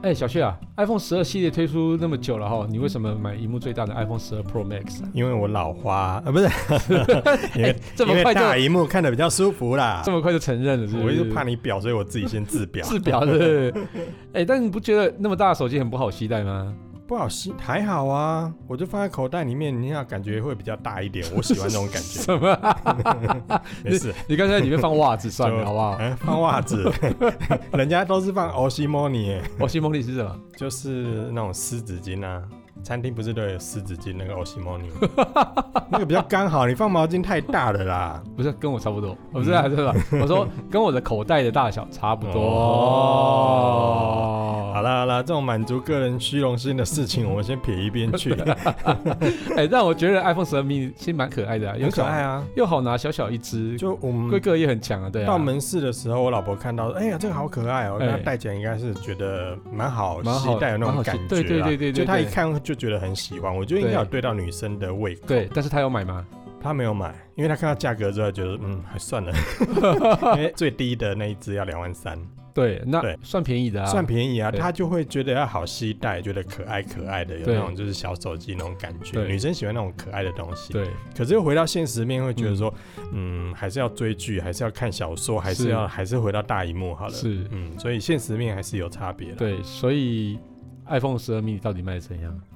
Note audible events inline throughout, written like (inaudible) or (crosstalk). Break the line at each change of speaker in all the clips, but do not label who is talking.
哎、小旭啊，iPhone 十二系列推出那么久了哈，你为什么买荧幕最大的 iPhone 十二 Pro Max 啊？哎
因为我老 (laughs) 花啊，不是，因 (laughs) 为
这么
因
快就
为大荧幕看的比较舒服啦
这。么快就承认了是不
我
是？
就怕你表，所以我自己先自 (laughs) 表。
自表是不是？
(laughs)
哎、但你不觉得那么大的手机很不好携带吗？
不好吸，还好啊，我就放在口袋里面，你要感觉会比较大一点，我喜欢这种感 (laughs) 觉。
什么啊、
没事，
你刚才在里面放袜
(laughs)
子算了
就
好不好？
嗯，放袜 (laughs) 子，人家都是放 o s i m o n i
我西蒙利是什么？
就是那种湿纸巾啊。餐厅不是都有湿纸巾那个 o s i m o n (laughs) i 那个比较刚好，你放毛巾太大了啦。
不是跟我差不多，哦我不是啊
嗯
还是吧？我说跟我的口袋的大小差不多。
哦好
了，
啦好啦，这种满足个人虚荣心的事情，我们先撇一边 (laughs) 去了。
哎、但我觉得 iPhone 十二 mini 其实蛮可爱的、啊，又
很可爱
啊，
啊，
又好拿，小小一只，
就我
规
们
格也很强啊，对啊。
到门市的时候，我老婆看到，哎呀，这个好可爱哦，
哎
那戴起来应该是觉得蛮好
蛮好
携带的那
蛮好
种
携
感觉
对
啦，
对对对对
就她一
对
看就觉得很喜欢，我觉得应该
对
有对到女生的胃口。
对，但是他有买吗？
她没有买，因为她看到价格之后觉得，嗯，还算了，因为最低的那一只要两万三，
对，那
对
算便宜的啊。
算便宜啊，
对
她就会觉得要好携带，觉得可爱可爱的，有
对
那种就是小手机那种感觉，
对
女生喜欢那种可爱的东西。
对
可是又回到现实面，会觉得说，嗯还是要追剧，还是要看小说，还
是
是要还是回到大荧幕好了。
是
嗯，所以现实面还是有差别的。，
对，所以 iPhone 十二 mini 到底卖得怎样？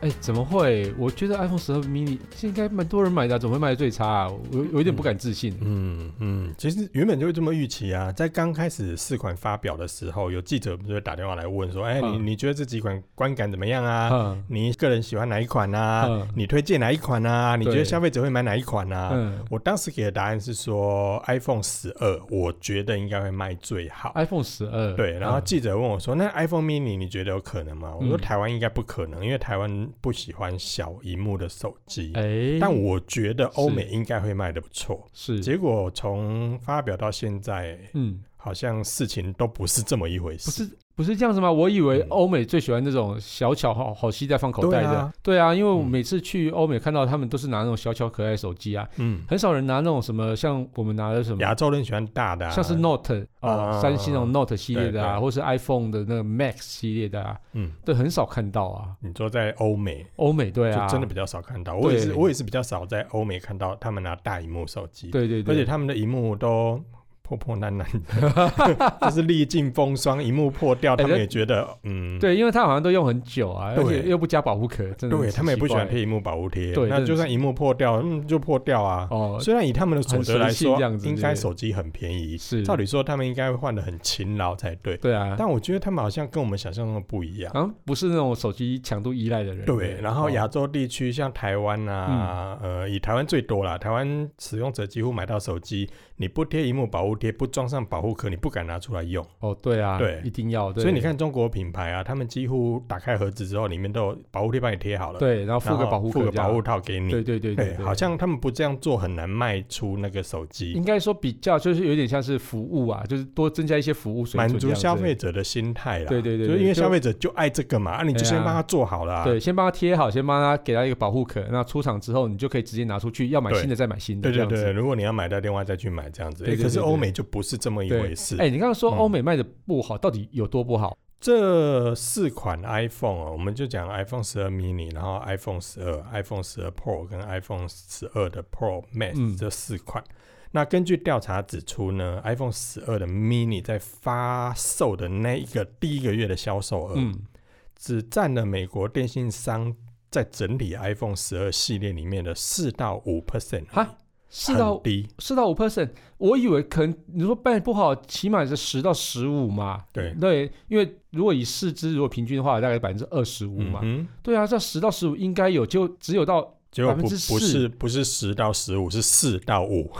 哎，怎么会？我觉得 iPhone 十二 mini 现在应该蛮多人买的啊、怎么会卖的最差、啊？我我有点不敢置信。
嗯嗯，其实原本就会这么预期啊，在刚开始四款发表的时候，有记者不是会打电话来问说，哎、你
嗯
你觉得这几款观感怎么样啊？
嗯
你个人喜欢哪一款啊？
嗯
你推荐哪一款啊？你觉
对
得消费者会买哪一款啊？
嗯
我当时给的答案是说，iPhone 十二，我觉得应该会卖最好。
，iPhone 十二。
对，然后
嗯
记者问我说：“那 iPhone mini 你觉得有可能吗？”我说：“
嗯
台湾应该不可能，因为台湾不喜欢小荧幕的手机。
哎、
但我觉得欧美
是
应该会卖的不错。
是
结果从发表到现在，
嗯，
好像事情都不是这么一回
不
事。
是不是这样子吗？我以为
嗯
欧美最喜欢那种小巧好好携带放口袋的。
对啊
对啊，因为我
嗯
每次去欧美看到他们都是拿那种小巧可爱的手机啊，
嗯，
很少人拿那种什么像我们拿的什么。
亚洲人喜欢大的、啊，
像是 Note 啊，
啊
三星那种 Note 系列的啊，
对对
或是 iPhone 的那个 Max 系列的啊，
嗯，
对，很少看到啊。
你说在欧美。
欧美对啊，
就真的比较少看到，我也是，
对
我也是比较少在欧美看到他们拿大荧幕手机，
对对
而且
对，
他们的荧幕都破破烂烂的，
(laughs)
就是历尽风霜，荧幕破掉，
哎
他们
那
也觉得，嗯，
对，因为它好像都用很久啊，而
对
且又不加保护壳，真的
对，他们也不喜欢
听
贴荧幕保护贴，
对真
那
的
就是算荧幕破掉，嗯，就破掉啊，
哦，
虽然以他们的所得来
很
说
随性这样，子
应该
对
手机很便宜，
是
照理说他们应该会换的很勤劳才对。
对啊，
但我觉得他们好像跟我们想象中的不一样。
好像不是那种手机强度依赖的人。
对，然后
啊哦嗯
亚洲地区像台湾啊，呃，以台湾最多啦，台湾使用者几乎买到手机，你不贴荧幕保护贴，不装上保护壳，你不敢拿出来用。
哦，对啊，
对
一定要，对
所以你，看中国品牌啊，他们几乎打开盒子之后，里面都有保护贴帮你贴好了，，
对，然后附个保护
附
壳
个
这样，
保护套给你。
对对对
对，好像他们不这样做很难卖出那个手机
应。该说比较就是有点像是服务啊，就是多增加一些服务水准，
满足消费。者的心态啦。
对对对对
就是因为
就
消费者就爱这个嘛，啊，你就
对啊
先帮他做好了、啊。
对，先帮他贴好，先帮他给他一个保护壳。那出厂之后，你就可以直接拿出去，要买
对
新的再买新的
对
这
对
样子。
对，如果你要买到电话再去买这样子，
对
诶
对
可是
对对
欧美就不是这么一回事。
哎，你刚刚说
嗯
欧美卖的不好，到底有多不好？
这四款 iPhone 哦，我们就讲 iPhone 十二 mini，然后 iPhone 十二、iPhone 十二 Pro 跟 iPhone 十二的 Pro Max、
嗯
这四款。那根据调查指出呢，iPhone 十二的 mini 在发售的那一个第一个月的销售额，
嗯，
只占了美国电信商在整体 iPhone 十二系列里面的四到五 percent，
哈，四到
很低。
四到五 percent，我以为可能你说卖不好，起码是十到十五嘛。
对
对，因为如果以四支如果平均的话，大概百分之二十五嘛。
嗯哼，
对啊，这十到十五应该有，就只有到
结果不
4%
不是不是十到十五，是四到五，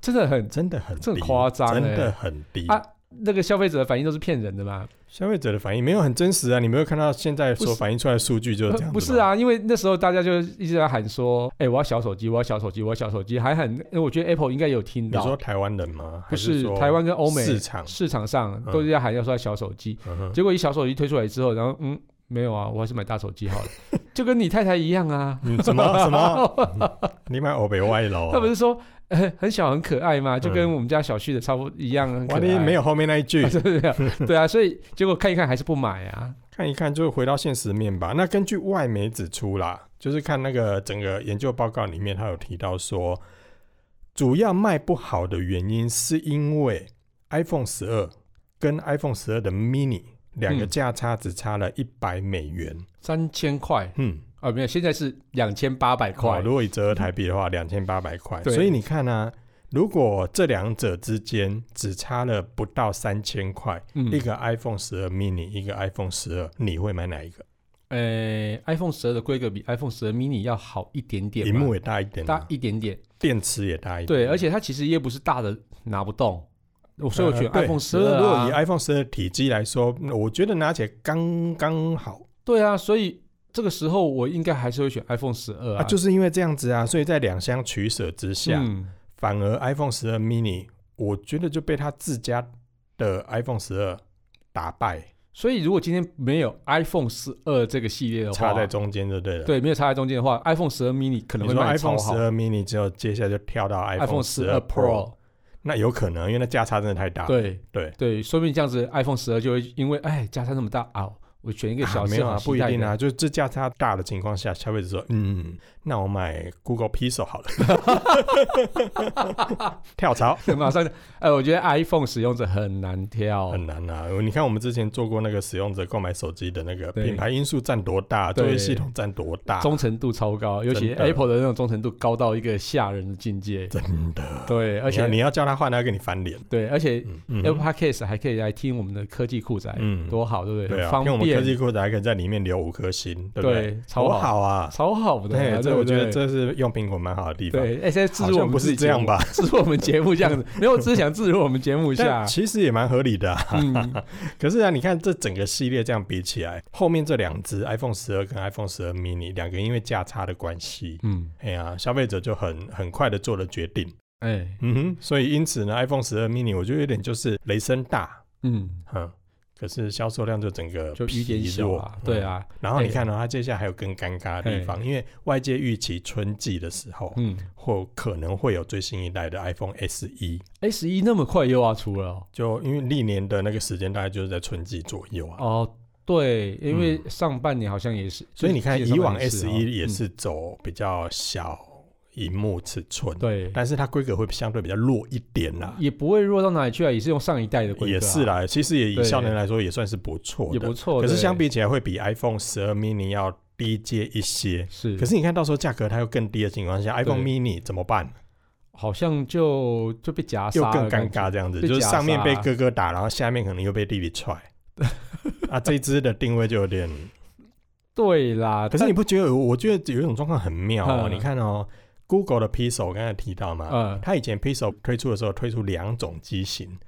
真的很
真的很低
这很夸张
真
欸
的很低。
啊那个消费者的反应都是骗人的嘛？
消费者的反应没有很真实啊，你没有看到现在
不
所
是
反映出来的数据就是这样子、
不是，啊，因为那时候大家就一直在喊说，哎、我要小手机，我要小手机，我要小手机，还喊，因为我觉得 Apple 应该有听
你
到，
说台湾人吗？
不
还是说
台湾跟欧美
市场？
市场上
嗯
都是在喊要说要小手机，
嗯哼
结果一小手机推出来之后，然后嗯，没有啊，我还是买大手机好了，
(laughs)
就跟你太太一样啊，
嗯，
(laughs)
什么什么？哦你买欧北啊外喽？
她不是说、呃 (laughs) 很小很可爱嘛，就跟我们家小旭的差不多一样，很可
哇，
爱，
嗯你没
有，
有后面那一句，
(laughs) 对不对？对啊，所以结果看一看还是不买啊，
看一看就回到现实面吧。那根据外媒指出啦，就是看那个整个研究报告里面，他有提到说，主要卖不好的原因是因为 iPhone 十二跟 iPhone 十二的 mini 两个
嗯
价差只差了一百美元。
三千块
嗯，
啊，没有，现在是两千八百
好，
块，
如果以折合台币的话，两千八百块。
嗯对
所以你看啊，如果这两者之间只差了不到三千块，
嗯
一，个 iPhone 十二 mini，一个 iPhone 十二，你会买哪一个？
呃，iPhone 十二的规格比 iPhone 十二 mini 要好一点点
屏
嘛，
幕也大一点、啊，
大一点点，
电池也大一点。
对，而且它其实也不是大的拿不动，我所以我选
呃
iPhone
对
十
如果
二
以
啊，
iPhone 十二体积来说，我觉得拿起来刚刚好
对啊，所以这个时候我应该还是会选 iPhone 十二
啊，
啊，
就是啊因为这样子啊，所以在两相取舍之下，
嗯
反而 iPhone 十二 mini，我觉得就被它自家的 iPhone 十二打败，
所以如果今天没有 iPhone 十二这个系列的话，
插在中间就对了。，
对，没有插在中间的话，iPhone 十二 mini 可能
你
会
说
卖得超
iPhone 十
好
二 mini 之后，接下来就跳到
，iPhone
十
十
二
二 Pro，
那有可能，因为那价差真的太大。
对
啊对
对，说不定这样子 iPhone 十二就会因为哎价差那么大啊，我选一个小
啊、没
只
有
好
啊，不
携
一
带
定
的
啊，就是这价差大的情况下，消费者说，嗯，那我买 Google Pixel 好了， (laughs) 跳槽
(laughs) 马上，哎，我觉得 iPhone 使用者很难挑，
很难啊。你看我们之前做过那个使用者购买手机的那个
对
品牌因素占多大，
对
作业系统占多大，
忠诚度超高，尤其
真的
Apple 的那种忠诚度高到一个吓人的境界。
真的，
对，而
而且
且
你要叫他换，他要跟你翻脸。
对，而且
嗯嗯
Apple Podcast 还可以来听我们的科技酷宅，
嗯
多好，对不对？
对
很
啊，
方
听我们科技
便，
库还可以在里面留五颗星，对不对？
对，超
多
好，
好啊！
超好的啊，
对，这
不
我觉得
对
这是用苹果蛮好的地方。
对，哎，现在置
好
入我
像
们
不
自己
是这
节
样
目？
吧？
置入我们节目这样子，没有，我只是想置入我们节目一下
(laughs) 但。其实也蛮合理的啊。
嗯，
可是啊，你看这整个系列这样比起来，后面这两只 iPhone 十二跟 iPhone 十二 mini 两个因为价差的关系，
嗯，
哎呀，消费者就很很快的做了决定。
哎，
嗯哼，所以因此呢，iPhone 十二 mini 我就有点就是雷声大，
嗯，
嗯，可是销售量就整个
就雨点
疲
小
弱
啊，对。啊，
嗯然后你看呢、它接下来还有更尴尬的地方，因为外界预期春季的时候，
嗯
或可能会有最新一代的 iPhone SE，
，S 哎一那么快又要出了哦。
就因为历年的那个时间大概就是在春季左右啊。嗯
哦，对，因为上半年好像也是，
所以你看，
就是
以往
上半年是
S
哦
一也
嗯
是走比较小荧幕尺寸，，
嗯对，
但是它规格会相对比较弱一点啦，
也不会弱到哪里去啊，也是用上一代的规格、
也是，啦。其实也以
对
效能来说，也算是不错
也
的
不。错。
可是
对
相比起来，会比 iPhone 十二 mini 要低阶一些。
是，
可是你看到时候价格它又更低的情况下，iPhone mini 怎么办？
好像就就被夹
又
杀
更
了感
尴
觉，
尬这样子，
被
就是
夹
上面
杀
被哥哥打，然后下面可能又被弟弟
(laughs)
踹。啊，这一只的定位就有点
对啦，
啊可是
但
你不觉得？我我觉得有一种状况很妙哦。
嗯
你看哦，Google 的 Pixel 我刚才提到嘛，
呃，
它以前 Pixel 推出的时候推出两种机型，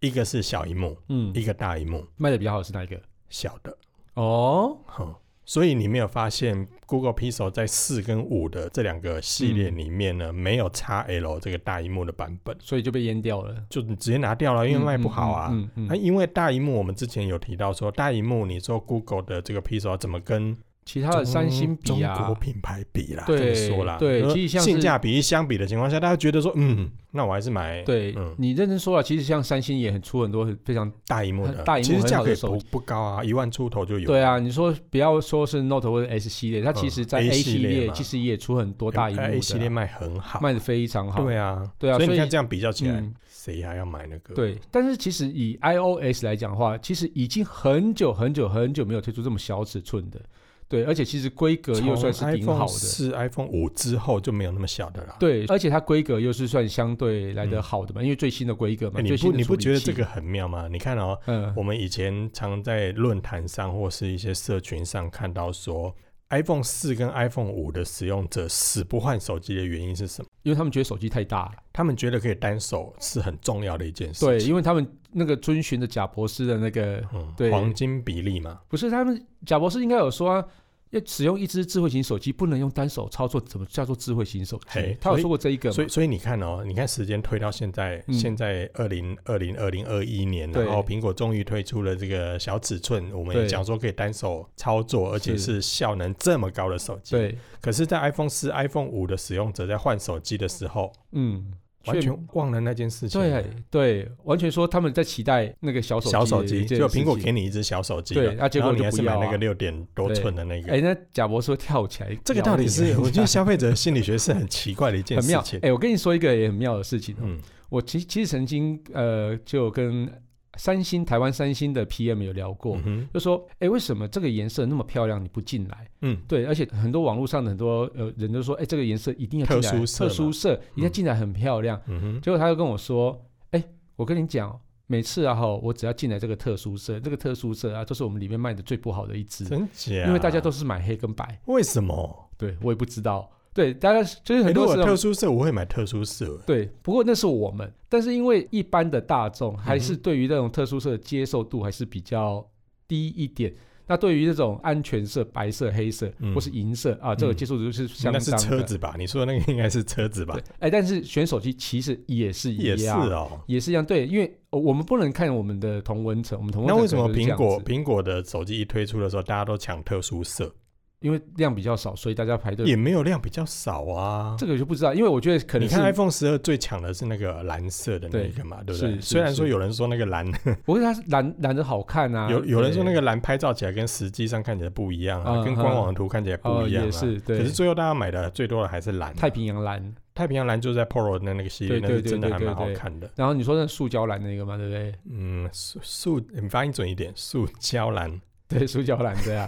一个是小荧幕，
嗯，
一个大荧幕，
卖的比较好是哪一个？
小的。
哦，
哼，所以你没有发现 Google Pixel 在四跟五的这两个系列
嗯
里面呢，没有 XL 这个大荧幕的版本，
所以就被淹掉了，
就你直接拿掉了，因为
嗯
卖不好啊。
嗯嗯
那、
嗯
因为大荧幕，我们之前有提到说，大荧幕你说 Google 的这个 Pixel 怎么跟
其他的三星比
中国
啊，
品牌比啦，
对
这么说啦，
对
就是
其实像是
性价比一相比的情况下，大家觉得说，嗯，那我还是买
对、
嗯
你认真说啊了，其实像三星也很出很多很非常
大荧幕的，
大荧幕
其实
很
价
好
格
的
也
手
不不高啊，一万出头就有，
对啊，你说不要说是 Note 或者 S 系列，它其实在
嗯 A
系
系列嘛
其实也出很多
呃，
大荧幕的
A
啊
系列卖很好，
卖的非常好。
对啊，
对啊
所以
所
你
以
看这样比较起来
嗯，
谁还要买那个？，
对，但是其实以 iOS 来讲的话，其实已经很久很久很久没有推出这么小尺寸的，对，而且其实规格又算是挺好的，
是 iPhone 五之后就没有那么小的啦。
对，而且它规格又是算相对来得好的嘛，因为最新的规格嘛，
嗯哎，你
最新
不
的
你
处
不
理
觉得
器
这个，很妙吗？你看哦，
嗯
我们以前常在论坛上或是一些社群上看到说 iPhone 四跟 iPhone 五的使用者死不换手机的原因是什么？
因为他们觉得手机太大了。
他们觉得可以单手是很重要的一件事
对，
情。
因为他们那个遵循着贾博士的那个，
嗯，
对
黄金比例嘛，
不是他们贾博士应该有说、啊，要使用一只智慧型手机不能用单手操作，怎么叫做智慧型手机
嘿？
他有
所以
说过这一个嘛，
所以所以你看哦，你看时间推到现在，
嗯
现在二零二零二零二一年，
对
然后苹果终于推出了这个小尺寸，我们
对
也讲说可以单手操作，而且是效能这么高的手机。，
对，
可是，在 iPhone 四、iPhone 五的使用者在换手机的时候，
嗯，
完
却
全忘了那件事情。
对对，完全说他们在期待那个小手
小手
的
机，
一件
就
事
苹果
情
给你一只小手机
对
了，
啊结果
然后你
就
还是
不要
买
啊
那个六点多寸的那个。
哎，那贾博士会跳起来，
这个到底
瞄
是
你
我觉得消费者心理学是很奇怪的一
(laughs)
件
很妙
事情。。
哎，我跟你说一个也很妙的事情哦，
嗯，
我其其实曾经呃就跟三星台湾三星的 PM 有聊过，
嗯哼
就说，哎，为什么这个颜色那么漂亮，你不进来？
嗯，
对，而且很多网络上的很多呃人都说，哎，这个颜色一定要进来，
特殊色嘛
殊色一定要进来很漂亮。
嗯哼，
结果他就跟我说，哎，我跟你讲哦。每次啊哈，我只要进来这个特殊色，这个特殊色啊，都是我们里面卖的最不好的一支，
真假？
因为大家都是买黑跟白。
为什么？
对我也不知道，对，大家就是
哎
很
如
多
果
时候、
特殊色，我会买特殊色。
对，不过那是我们，但是因为一般的大众
嗯
还是对于那种特殊色的接受度还是比较低一点。那对于这种安全色、白色、黑色、
嗯
或是银色啊，这个
嗯
接受度是相
那
当
是
的。
车子吧？你说的那个应该是车子吧
对？，哎，但是选手机其实也是一
也是
样，
哦。
也是一样。对，因为呃我们不能看我们的同温层，我们同温
那
层
为什么
可能就是
苹
这样
果
子？
苹果的手机一推出的时候，大家都抢特殊色，
因为量比较少，所以大家排队。
也没有量比较少啊？
这个就不知道，因为我觉得可能
你
是
看 iPhone 十二最强的是那个蓝色的那一个嘛，
对
对不对？
是是
虽然说
是
有人说那个蓝，
我觉得它是蓝蓝的好看啊。
有有人说那
对
个蓝拍照起来跟实际上看起来不一样
啊
啊，跟官网的图看起来不
哦
一样
也
啊。
是对，
可是最后大家买的最多的还是蓝啊。
太平洋蓝，
太平洋蓝就在 Poro 的那个系列，
对
那
对
是真的
对
还
对
蛮好
对
看的。
然后你说那塑胶蓝那个嘛，对不对？ (laughs)
嗯，塑塑，你发音准一点，塑胶蓝。 (laughs)
对，塑胶蓝对啊，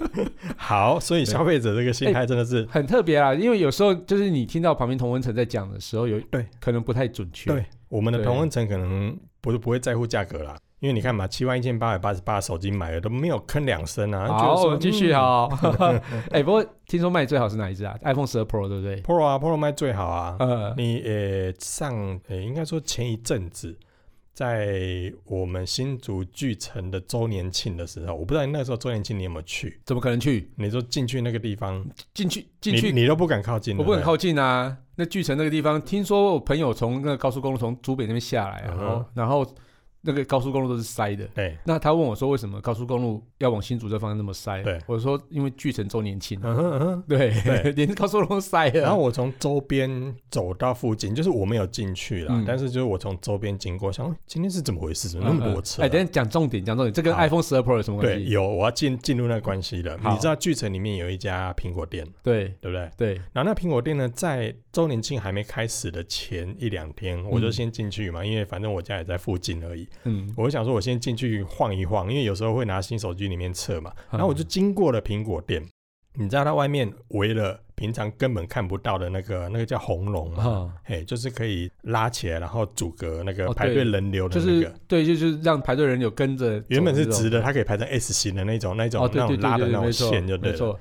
(laughs)
好，所以
对哎
消费者这个心态真的是
很特别啊。因为有时候就是你听到旁边同文层在讲的时候，有
对
可能不太准确。
对我们的
对
同温层可能不不会在乎价格啦，因为你看嘛，七万一千八百八十八手机买了都没有吭两声啊。觉得
好，
说
我们继续
嗯
好。 (laughs) 哎、不过听说卖最好是哪一只啊？iPhone 十二 Pro 对不对？
Pro 啊，Pro 卖最好啊。
呃，
你呃上呃应该说前一阵子，在我们新竹巨城的周年庆的时候，我不知道你那时候周年庆你有没有去？
怎么可能去
你说进去那个地方，
进去进去？
你你都不敢靠近，
我不敢
对对
靠近啊！那巨城那个地方，听说我朋友从那个高速公路从竹北那边下来啊，
嗯哼
然后然后那个高速公路都是塞的，
对，
那他问我说，为什么高速公路要往新竹这方向那么塞？
对
我说因为巨城周年庆、啊，
嗯哼嗯哼。
对，
对
连高速公路都塞了。
然后我从周边走到附近，就是我没有进去啦，
嗯
但是就是我从周边经过，想哦今天是怎么回事？怎么那
嗯
么多车、
嗯哎、等一下讲重点，讲重点，这跟
好
iPhone 十二 Pro 有什么关
对，
系？
有我要进进入那个关系了。
好
你知道巨城里面有一家苹果店，
对
对不对？
对
然后那苹果店呢，在周年庆还没开始的前一两天，我就先进去嘛，因为反正我家也在附近而已。
嗯，
我就想说，我先进去晃一晃，因为有时候会拿新手机里面测嘛。然后我就
嗯
经过了苹果店，你知道它外面围了平常根本看不到的那个那个叫红龙嘛，
啊、
嘿，就是可以拉起来，然后阻隔那个
哦
排
对
队人流的
就
那
是
个。
对，就是让排队人有跟着走
原本是
这种嗯
直的，它可以排成 S 型的那种、那种、
哦，对
那
对
种
对
拉的
对
那
对，没
种
错
线就对
没
了。
错，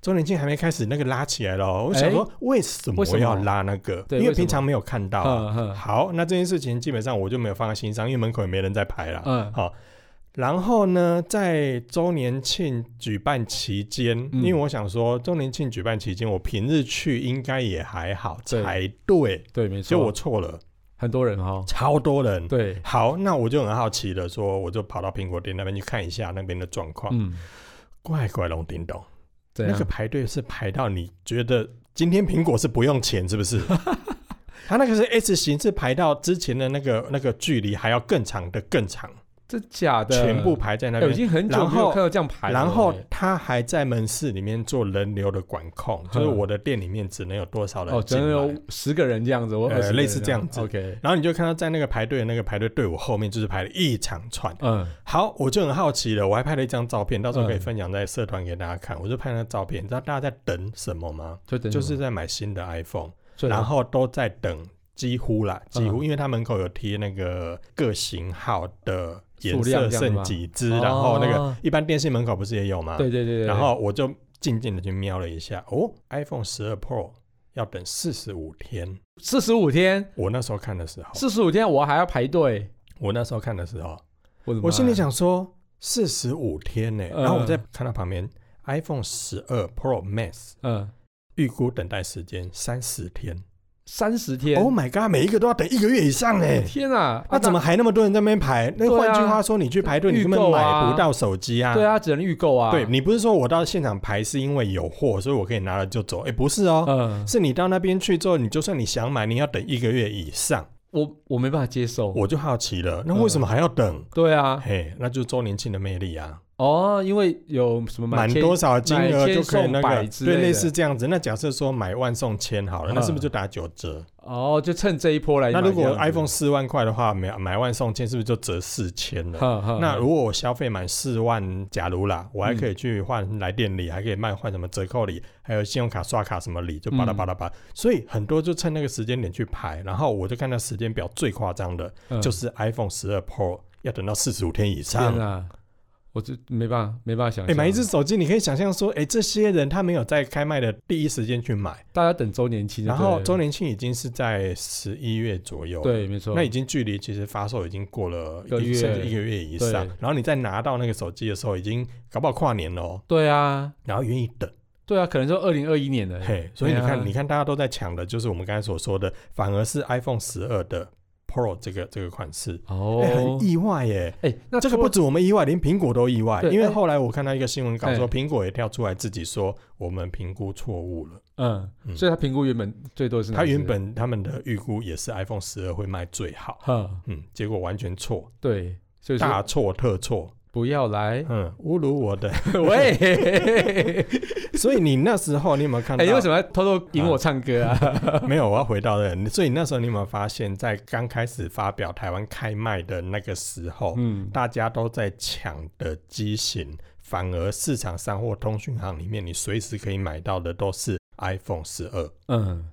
周年庆还没开始，那个拉起来了哦、我想说为什
为什
么
么
要拉那个？
对
因
为
为
什么
平常没有看到啊、
嗯嗯
好，那这件事情基本上我就没有放在心上，因为门口也没人在排啦。
嗯，
好，然后呢，在周年庆举办期间，
嗯
因为我想说周年庆举办期间，我平日去应该也还好
对
才对，
对，没错，
结果我嗯错了，
很多人哈，
超多人。
对，
好，那我就很好奇的说，我就跑到苹果店那边去看一下那边的状况。
嗯，啊
怪怪龙叮咚，
怎
那
样
个？排队是排到你觉得今天苹果是不用钱，是不
(laughs)
是？他那个是 S 型，是排到之前的那个那个距离还要更长的更长，
真假的？
全部排在那
哎、我已
边。
经很久
然
没有
后
看到这样排了
然后
哎
他还在门市里面做人流的管控，
嗯
就是我的店里面只能有多少人
哦，只
进
能
来。
有十个人这样子，我20
呃
个人
类似这样子
OK，
然后你就看到在那个排队的那个排队队伍后面，就是排了一长串。
嗯，
好，我就很好奇了，我还拍了一张照片，到时候可以
嗯
分享在社团给大家看。我就拍那照片，你知道大家在等什么吗？
就等
就是在买新的 iPhone。
所以
然后都在等，几乎啦，
嗯
几乎，因为他门口有贴那个各型号的颜
数量
色
这样的吗
剩几支，然后那个
哦
一般电信门口不是也有吗？
对对对对，
然后我就静静的去瞄了一下，哦，iPhone 十二 Pro 要等四十五天。
四十五天，
我那时候看的时候，
四十五天我还要排队，
我那时候看的时候，
我的妈
我心里，想说四十五天呢、
嗯
然后我再看到旁边 iPhone 十二 Pro Max
嗯，
预估等待时间三十天。
三十天
Oh my god，每一个都要等一个月以上哎、
天啊，
那怎么还那么多人在那边排？那
对
换
啊
句话说，你去排队，你根本
预购啊
买不到手机啊。
对啊，只能预购啊，
对，你不是说我到现场排是因为有货，所以我可以拿了就走？哎，不是哦，
嗯，
是你到那边去之后，你就算你想买，你要等一个月以上。
我我没办法接受，
我就好奇了，那为什么还要等？
对啊，
嘿，那就是周年庆的魅力啊，
哦，因为有什么
满
满
多少金
买
额
千
就可以
送
那
百
个，
之
对，
类
类
的
似这样子。那假设说买万送千好了，那是不是就打九折？
哦，就趁这一波来买
那
这
如
样子。
果 iPhone 四万块的话，买买万送千是不是就折四千了？
呵呵
那
呵
如果我消费满四万，假如
嗯
啦，我还可以去换来电礼，还可以卖换什么折扣礼，还有信用卡刷卡什么礼，就
嗯
巴拉巴拉巴拉。所以很多就趁那个时间点去排，然后我就看到时间表最夸张的、
嗯
就是 iPhone 十二 Pro 要等到四十五天以
天
上。
啊，我就没办法没办法想
哎、
象，
买一只手机，你可以想象说，哎、这些人他没有在开卖的第一时间去买，
大家等周年庆就对
然
了，
后周年庆已经是在十一月左右，，
对，没错，
那已经距离其实发售已经过了
个
一
月
甚至一个月以上
对，
然后你再拿到那个手机的时候，已经搞不好跨年了、哦，
对啊，
然后愿意等，
对啊，可能就二零二一年了，
嘿，所以你看，
对啊
你看大家都在抢的，就是我们刚才所说的，反而是 iPhone 十二的 Pro 这个这个款式，哎、
哦
很，意外耶。
哎、那
这个
除
不
了
止我们意外，连苹果都意外，
对
因为
哎
后来我看到一个新闻稿说，
哎
苹果也跳出来自己说我们评估错误了。
嗯，
嗯
所以他评估原本最多是哪
他
一只
原本他们的预估也是 iPhone 十二会卖最好，
呵
嗯，结果完全错，
(laughs) 对，所以
大
说
错特错，，
不要 (laughs) 来
嗯，侮辱我的。 (laughs)
喂，哎、
所以你那时候哎你有没有看到？
你哎为什么要偷偷引我唱歌啊？
没有，我要回到这个。所以那时候你有没有发现，在刚开始发表台湾开卖的那个时候，
(laughs) 嗯，
大家都在抢的机型，反而市场上或通讯行里面，你随时可以买到的都是 iPhone 十二，
嗯，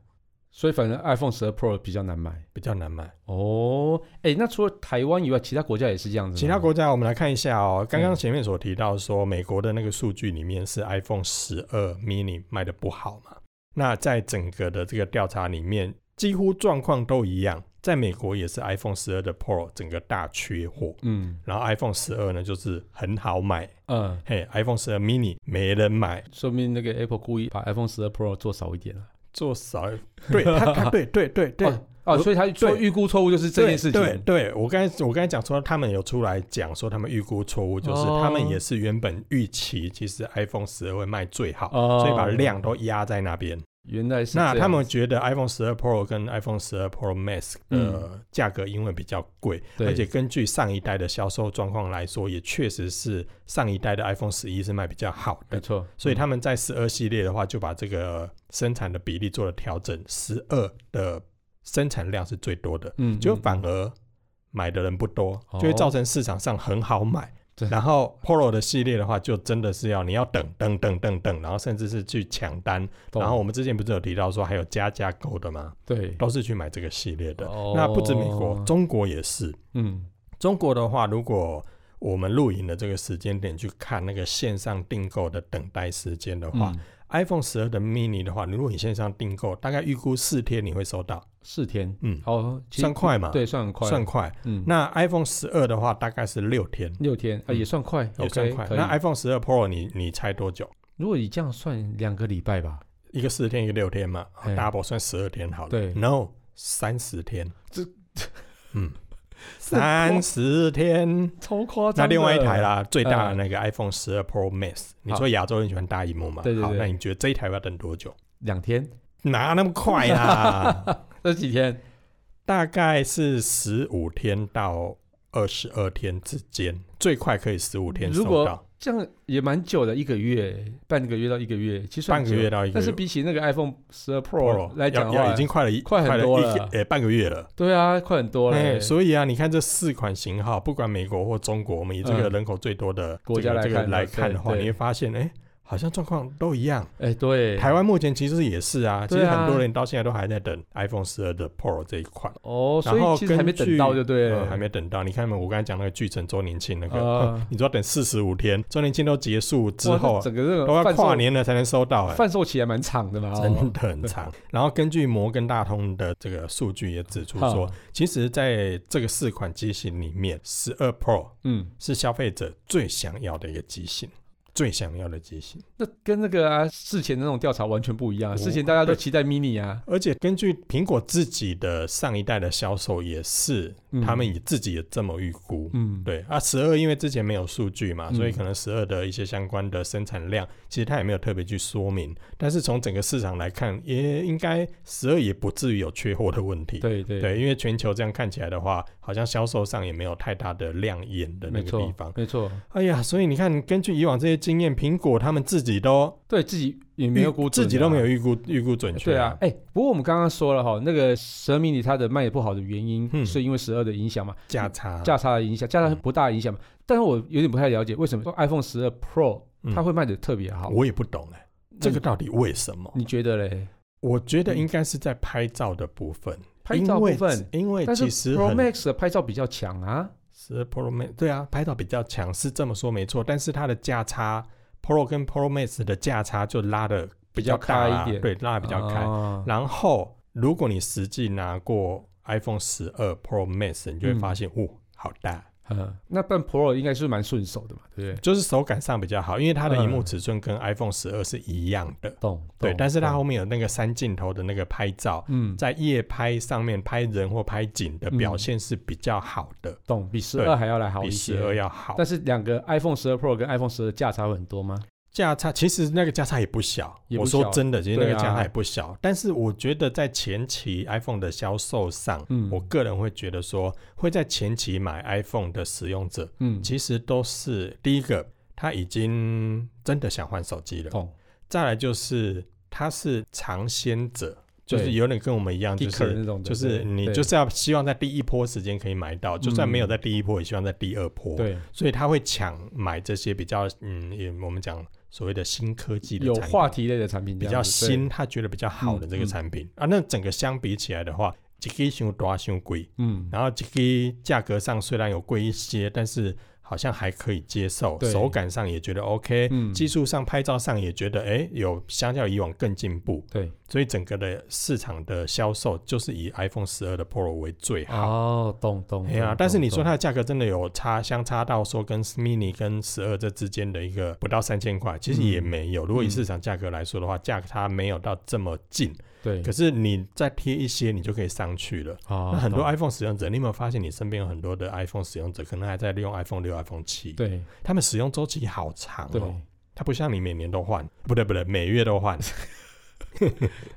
所以反正 iPhone 十二 Pro 比较难买。
比较难买。
哦，哎，那除了台湾以外，其他国家也是这样子吗？
其他国家我们来看一下哦。刚刚前面所提到说，美国的那个数据里面是 iPhone 十二 mini 卖的不好嘛？那在整个的这个调查里面，几乎状况都一样。在美国也是 iPhone 十二的 Pro 整个大缺货，
嗯
然后 iPhone 十二呢就是很好买，
嗯，
嘿，iPhone 十二 mini 没人买，
说明那个 Apple 故意把 iPhone 十二 Pro 做少一点了。
做少。对，他他对对对对，
哦，哦
我
所以他做
对
预估错误就是这件事情。
对，对对我刚才我刚才讲说，他们有出来讲说他们预估错误，就是
哦
他们也是原本预期，其实 iPhone 十二会卖最好，
哦
所以把量都压在那边。
原来是
那
这
他
样
们
子
觉得 iPhone 十二 Pro 跟 iPhone 十二 Pro Max 的价格因为比较贵，
嗯对
而且根据上一代的销售状况来说，也确实是上一代的 iPhone 十一是卖比较好
没
的。
错，
所以他们在十二系列的话，就把这个生产的比例做了调整，十二的生产量是最多的。
嗯
就
嗯
反而买的人不多，
哦
就会造成市场上很好买。
对
然后 Polo 的系列的话，就真的是要你要等等等等等，然后甚至是去抢单。
懂
然后我们之前不是有提到说还有加价购的吗？
对，
都是去买这个系列的。
哦
那不止美国，中国也是。
嗯
中国的话，如果我们录影的这个时间点去看那个线上订购的等待时间的话、
嗯
i p h o n e 十二的 mini 的话，如果你线上订购，大概预估四天你会收到，
四天，
嗯
好，其实
算快嘛？，
对，算很快，
算快。
嗯，
那 iPhone 十二的话，大概是六天，
六天啊
嗯
也算快
也算
，OK，
快。
可以
那 iPhone 十二 Pro 你你猜多久？
如果你这样算，两个礼拜吧，
一个四天，一个六天嘛、
嘿
d o u b l e 算十二天好了。
对
，No，三十
(laughs)
天。
这，
嗯，三十天。
超夸
那
张。
另外一台，啦，最大的那个 iPhone 十二 Pro Max，你说亚洲人喜欢大荧幕嘛？
嗯对对
好，
对
那你觉得这一台要等多久？
两天，
哪那么快
(laughs)
啦？
这几天，
大概是十五天到二十二天之间，最快可以十五天
如
收
果
到，
这样也蛮久的，一个月、半个月到一个月，其实算
半个
久
月到一个
但
月
是。比起那个 iPhone 十二 Pro
Pro
来讲
要
的话，
要已经快了一
快很
了
多
一
了
呃半个月了。
对啊，快很多了、
哎，所以啊，你看这四款型号，不管美国或中国，我们以这
嗯
个人口最多的
国
这
家
个
来
这个
看的
来看的话，
对对
你会发现，哎好像状况都一样。
哎、对，
台湾目前其实也是啊，其
对啊
实很多人到现在都还在等 iPhone 十二的 Pro 这一款，
哦，所
然后
以其实还没
根
等
据
到就对了，
呃，还没等到。你看嘛，我刚才讲那个巨城周年庆那个，哦
啊
哼你说要等四十五天，周年庆都结束之
哇那
后，啊
整个这
都
个
要
贩售
跨年了才能收到、哎，
贩售期还蛮长的嘛，哦
真的很
(laughs)
长。然后根据摩根大通的这个数据也指出说
哈，
其实在这个四款机型里面，十二 Pro
嗯，
是消费者最想要的一个机型，最想要的机型。
那跟那个啊事前的那种调查完全不一样，啊
我
事前大家都
对
期待 mini 啊，
而且根据苹果自己的上一代的销售也是，
嗯
他们也自己也这么预估。
嗯，
对啊，十二因为之前没有数据嘛，
嗯
所以可能十二的一些相关的生产量，其实它也没有特别去说明。但是从整个市场来看，也应该十二也不至于有缺货的问题。
对对，
对，因为全球这样看起来的话，好像销售上也没有太大的亮眼的那
没
个地
错
方。
没错，
哎呀，所以你看，根据以往这些经验，苹果他们自己都
对自己也没有
预
估准啊
自己都没有预估预估准确、
对啊，，哎、不过我们刚刚说了哈，那个十二 mini 它的卖不好的原因、
嗯啊
是因为十二的影响嘛，
价差
啊价差的影响，价差不大影响嘛。但是我有点不太了解，为什么说 iPhone 十二 Pro
嗯
它会卖的特别好？
我也不懂哎、
那
这个
你
到底为什么？
你觉得嘞？
我觉得应该是在拍照的部分，
拍照部分，
因为因为
但是
其实
Pro
很
Max 的拍照比较强啊。
是 Pro Max 对啊，拍照比较强是这么说没错，但是它的价差 Pro 跟 Pro Max 的价差就拉的比较大啊
比较开一点
对，拉的比较开。
哦
然后如果你实际拿过 iPhone 十二 Pro Max，你就会
嗯
发现，哦，好大，
嗯，那但 Pro 应该是蛮顺手的嘛，对不对？
就是手感上比较好，因为它的荧幕
嗯
尺寸跟 iPhone 十二是一样的。
懂，
对，
懂
但是它
懂
后面有那个三镜头的那个拍照，
嗯，
在夜拍上面拍人或拍景的表现是比较好的，
懂，比十
对
二还要来嗯好
比
一
十二
些。
要好。
但是两个 iPhone 十二 Pro 跟 iPhone 十二价差会很多吗？
价差其实那个价差也不小，
也
我
不小
说真的，其实那个
对啊
价差也不小。但是我觉得在前期 iPhone 的销售上，
嗯
我个人会觉得说，会在前期买 iPhone 的使用者，
嗯，
其实都是第一个他已经真的想换手机了，
懂，
再来就是他是尝鲜者，就是
对
有点跟我们一样，
地
就
壳
是
那种的，
就是
对
你
对嗯
就是要希望在第一波时间可以买到，就算没有在第一波，也希望在第二波。，
对
所以他会抢买这些比较嗯，也我们讲所谓的新科技的
有
产品
话题类的产品这
比
样
较
子对
新，他觉得比较好的这个
嗯嗯
产品、啊。那整个相比起来的话，这个熊多熊贵，
嗯，
然后这个价格上虽然有贵一些，但是好像还可以接受，
对
手感上也觉得 OK，、
嗯
技术上拍照上也觉得哎、有相较以往更进步。
对，
所以整个的市场的销售就是以 iPhone 十二的 Pro 为最好。
哦，懂懂，
哎呀、
懂
但是你
懂
说它的价格真的有差，相差到说跟 mini 跟十二这之间的一个不到三千块，
嗯
其实也没有。如果以市场价格来说的话，价格它没有到这么近，
对
可，是你再贴一些，你就可以上去了。
啊
那很多
懂
iPhone 使用者，你有没有发现你身边有很多的 iPhone 使用者，可能还在利用 iPhone 六、iPhone 七，
对
他们使用周期好长
对，
哦。它不像你每年都换，不对不对，每月都换，
那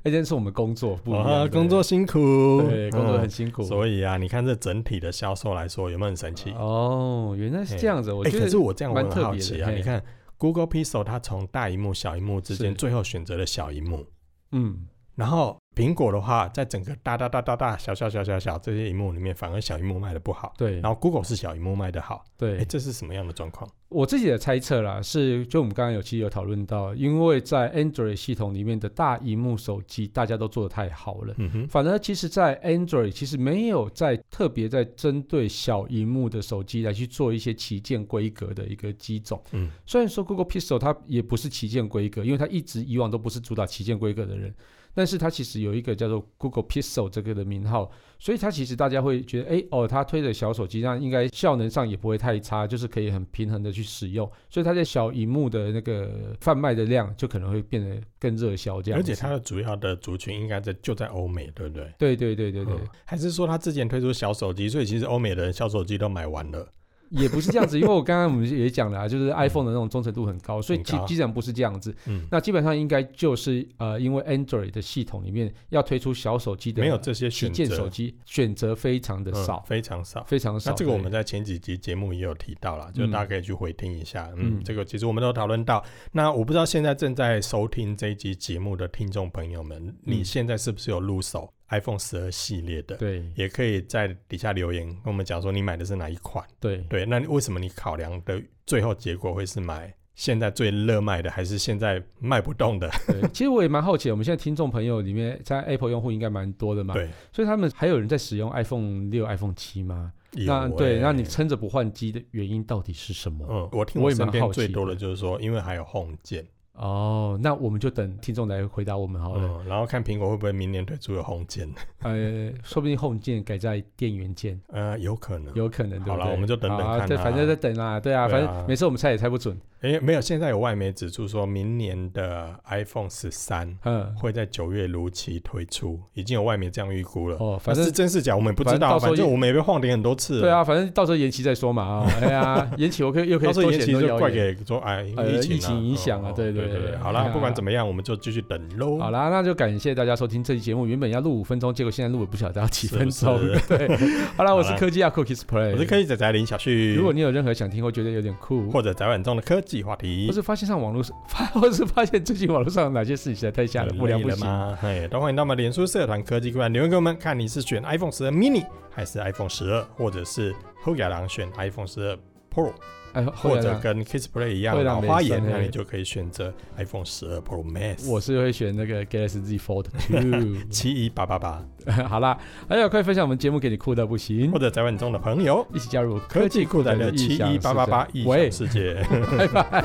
哎件是我们工作 (laughs) 不一
啊，
样，
工作辛苦，
对工作
嗯
很辛苦，
所以啊，你看这整体的销售来说，有没有很神奇？
哦，原来是这样子，我
哎、
觉
可
得
是我这样我
蛮
很
特
好
别
奇
的
啊，
嘿
你看 Google Pixel 它从大荧幕、小荧幕之间
是
最后选择了小荧幕，
嗯，
然后苹果的话，在整个大大大大大小小小小小这些荧幕里面，反而小荧幕卖的不好。
对
然后 Google 是小荧幕卖的好，哎、
对，
这是什么样的状况？
我自己的猜测啦，是就我们刚刚有其实有讨论到，因为在 Android 系统里面的大荧幕手机，大家都做得太好了。
嗯哼，
反而，其实，在 Android 其实没有在特别在针对小荧幕的手机来去做一些旗舰规格的一个机种。
嗯，
虽然说 Google Pixel 它也不是旗舰规格，因为它一直以往都不是主打旗舰规格的人，但是它其实有一个叫做 Google Pixel 这个的名号，所以它其实大家会觉得，哎，哦，它推的小手机，那应该效能上也不会太差，就是可以很平衡的去使用，所以它在小荧幕的那个贩卖的量就可能会变得更热销这样
而
子。
且它的主要的族群应该在就在欧美，对不对？
对对对对对，
嗯还是说它之前推出小手机，所以其实欧美的人小手机都买完了。
也不是这样子，因为我刚刚我们也讲了、啊，就是 iPhone 的那种忠诚度很高，所以
嗯很
基
高
基本上不是这样子。
嗯，
那基本上应该就是呃，因为 Android 的系统里面要推出小手机的
没有这些
旗
选
舰
择
手，机选择非常的
嗯
少，
非常少。
非常少。
那这个我
对
们在前几集节目也有提到啦，就是
嗯
大家可以去回听一下。嗯，
嗯
这个其实我们都讨论到。那我不知道现在正在收听这一集节目的听众朋友们，你现在是不是有入手 iPhone 十二系列的？
嗯
(laughs)
对
也可以在底下留言跟我们讲说你买的是哪一款。
对
对，那你为什么你考量的最后结果会是买现在最热卖的，还是现在卖不动的？
对，其实我也蛮好奇，我们现在听众朋友里面，在 Apple 用户应该蛮多的嘛，
对，
所以他们还有人在使用 iPhone 六、iPhone 七吗？
有
那
欸
对，那你撑着不换机的原因到底是什么？
嗯，我听
我
我
也蛮
身边
好奇
最多
的
的就是说，因为还有 Home 键，
哦，那我们就等听众来回答我们好了。
嗯，然后看苹果会不会明年推出有 Home 键，
呃，说不定 Home 键改在电源键，
(laughs) 呃，有可能，
有可能，对不对？
好啦我们就等等
好啊
看
对，
啊
反正在等啊，对啊，
对
反
啊
正每次我们猜也猜不准。
诶，没有，现在有外媒指出说，明年的 iPhone 十三
嗯，
会在九月如期推出，已经有外媒这样预估了。
哦，
反
反
正是
正
真是假，我们也不
反
知
正到
道，
时候
反正
也
我们也被晃点很多次了。
对啊，反正到时候延期再说嘛
(laughs)
啊。哎呀，延期我可以又可以
到时候
多
延
写
期
很多
就
谣
怪
言。
给说哎，因
呃
为情
疫情影响啊
哦
对对
对
对对
好
哎
啦，
呀
不管怎么样，我们就继续等喽。
好啦，那就感谢大家收听这期节目。原本要录五分钟，结果现在录了不晓得要几
是
分
不
钟。
是
(laughs) 对，好啦，我是
好啦
科技啊 Cookies Play，
我是科技仔仔林小旭，
如果你有任何想听或觉得有点酷，
或者宅晚中的科技话题
或，是发现上网络上发， (laughs) 或是发现最近网络上哪些事情实在太吓人，
很
不良
累
不
了
行。
吗？哎，都欢迎到我们脸书社团科技观留言给我们，看你是选 iPhone 十二 mini 还是 iPhone 十二，或者是后亚郎选 iPhone 十二 Pro，
哎，
或
后来
者
呢
跟 Kiss Play 一样
会让
老
美
花
声
眼，那
嘿
你就可以选择 iPhone 十二 Pro Max。
我是会选那个 Galaxy Z Fold Two。 (laughs)
七一八八八，
好啦，还有快分享我们节目给你酷到不行
或，者宅晚中的朋友，
一起加入
科技酷宅的七
异想
一八八八异
喂
想，世界。
拜拜，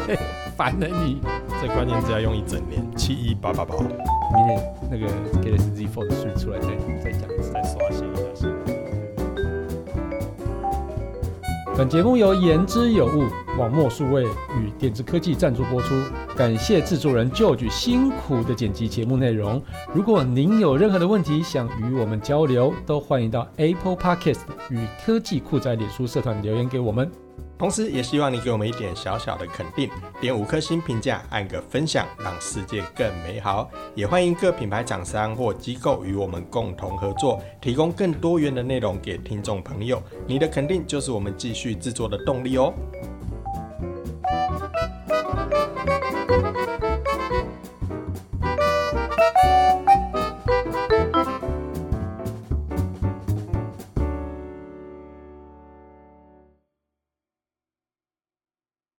烦了你。
这关键字要用一整年，七一八八八
明年那个 Galaxy Z Fold 4出来再再讲。
再刷新一下新闻。
本节目由言之有物、网墨数位与点子科技赞助播出，感谢制作人 George 辛苦的剪辑节目内容。如果您有任何的问题想与我们交流，都欢迎到 Apple Podcast 与科技酷宅脸书社团留言给我们。
同时，也希望你给我们一点小小的肯定，点五颗星评价，按个分享，让世界更美好。也欢迎各品牌厂商或机构与我们共同合作，提供更多元的内容给听众朋友。你的肯定就是我们继续制作的动力哦。